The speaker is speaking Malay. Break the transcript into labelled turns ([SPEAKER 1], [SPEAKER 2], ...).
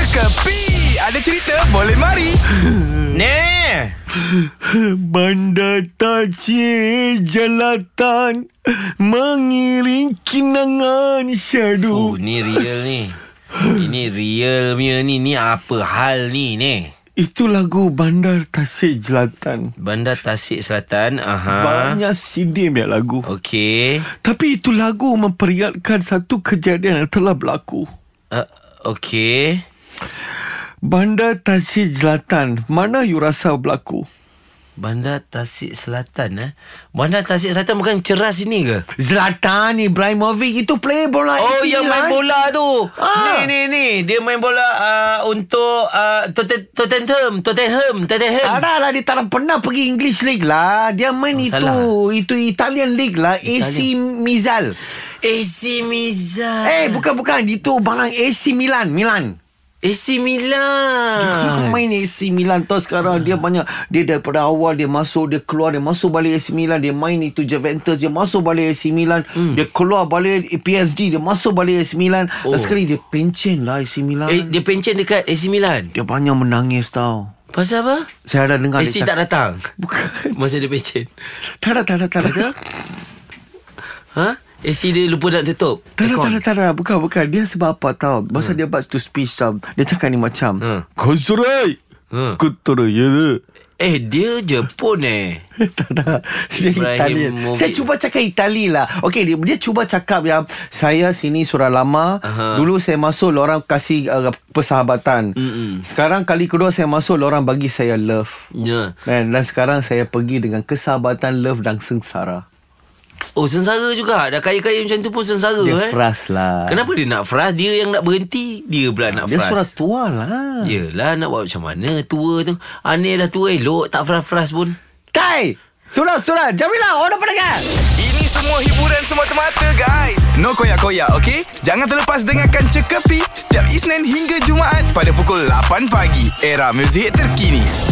[SPEAKER 1] Kepi Ada cerita boleh mari
[SPEAKER 2] Ne
[SPEAKER 3] Bandar tajir jalatan Mengiring kenangan
[SPEAKER 2] Oh
[SPEAKER 3] syadu
[SPEAKER 2] ni real ni Ini real punya ni Ni apa hal ni ne
[SPEAKER 3] Itu lagu Bandar Tasik Jelatan
[SPEAKER 2] Bandar Tasik Selatan Aha
[SPEAKER 3] Banyak CD punya lagu
[SPEAKER 2] Okey
[SPEAKER 3] Tapi itu lagu memperingatkan satu kejadian yang telah berlaku
[SPEAKER 2] uh, Okey
[SPEAKER 3] Bandar Tasik Jelatan Mana you rasa berlaku?
[SPEAKER 2] Bandar Tasik Selatan eh Bandar Tasik Selatan bukan ceras ini ke
[SPEAKER 3] Zlatan Ibrahimovic itu play bola
[SPEAKER 2] Oh yang main bola tu
[SPEAKER 3] Ah.
[SPEAKER 2] ah. Ni ni ni Dia main bola uh, Untuk uh, Totten- Tottenham Tottenham Tottenham
[SPEAKER 3] Tak ada lah Dia tak pernah pergi English League lah Dia main oh, itu
[SPEAKER 2] salah.
[SPEAKER 3] Itu Italian League lah AC Mizal
[SPEAKER 2] AC Milan
[SPEAKER 3] Eh bukan-bukan Itu barang AC Milan Milan
[SPEAKER 2] AC Milan
[SPEAKER 3] Dia main AC Milan tau sekarang Dia banyak Dia daripada awal Dia masuk Dia keluar Dia masuk balik AC Milan Dia main itu Juventus Dia masuk balik AC Milan hmm. Dia keluar balik PSG Dia masuk balik AC Milan
[SPEAKER 2] Oh.
[SPEAKER 3] oh. Dan sekali dia pencen lah AC Milan
[SPEAKER 2] Eh, dia pencen dekat AC Milan
[SPEAKER 3] Dia banyak menangis tau
[SPEAKER 2] Pasal apa?
[SPEAKER 3] Saya ada dengar
[SPEAKER 2] AC
[SPEAKER 3] dia
[SPEAKER 2] tak
[SPEAKER 3] cakap-
[SPEAKER 2] datang
[SPEAKER 3] Bukan
[SPEAKER 2] Masa dia pencen
[SPEAKER 3] Tak ada tak ada tak ada
[SPEAKER 2] Ha? AC dia lupa nak tutup
[SPEAKER 3] Tak ada,
[SPEAKER 2] Aircon.
[SPEAKER 3] tak ada, tak ada. Bukan, bukan. Dia sebab apa tau. Masa hmm. dia buat to speech tau. Dia cakap ni macam.
[SPEAKER 2] Hmm.
[SPEAKER 3] Kozurai.
[SPEAKER 2] Hmm.
[SPEAKER 3] Kozurai, ya tu.
[SPEAKER 2] Eh dia Jepun eh
[SPEAKER 3] Tak ada. Dia
[SPEAKER 2] Ibrahim
[SPEAKER 3] Italian.
[SPEAKER 2] Movic.
[SPEAKER 3] Saya cuba cakap Itali lah. Okay, dia, dia cuba cakap yang saya sini surah lama.
[SPEAKER 2] Aha.
[SPEAKER 3] Dulu saya masuk, orang kasih uh, persahabatan.
[SPEAKER 2] Mm-mm.
[SPEAKER 3] Sekarang kali kedua saya masuk, orang bagi saya love.
[SPEAKER 2] Ya
[SPEAKER 3] Man, dan sekarang saya pergi dengan kesahabatan love dan sengsara.
[SPEAKER 2] Oh sengsara juga Dah kaya-kaya macam tu pun sengsara eh
[SPEAKER 3] Dia fras lah.
[SPEAKER 2] Kenapa dia nak fras Dia yang nak berhenti Dia pula nak
[SPEAKER 3] Dia
[SPEAKER 2] fras
[SPEAKER 3] surah tua lah.
[SPEAKER 2] Yelah nak buat macam mana Tua tu Aneh dah tua elok Tak fras-fras pun
[SPEAKER 3] Tai! Surah-surah. Jamilah, orang pendengar.
[SPEAKER 1] Ini semua hiburan semata-mata guys No koyak-koyak ok Jangan terlepas dengarkan Cekapi Setiap Isnin hingga Jumaat Pada pukul 8 pagi Era muzik terkini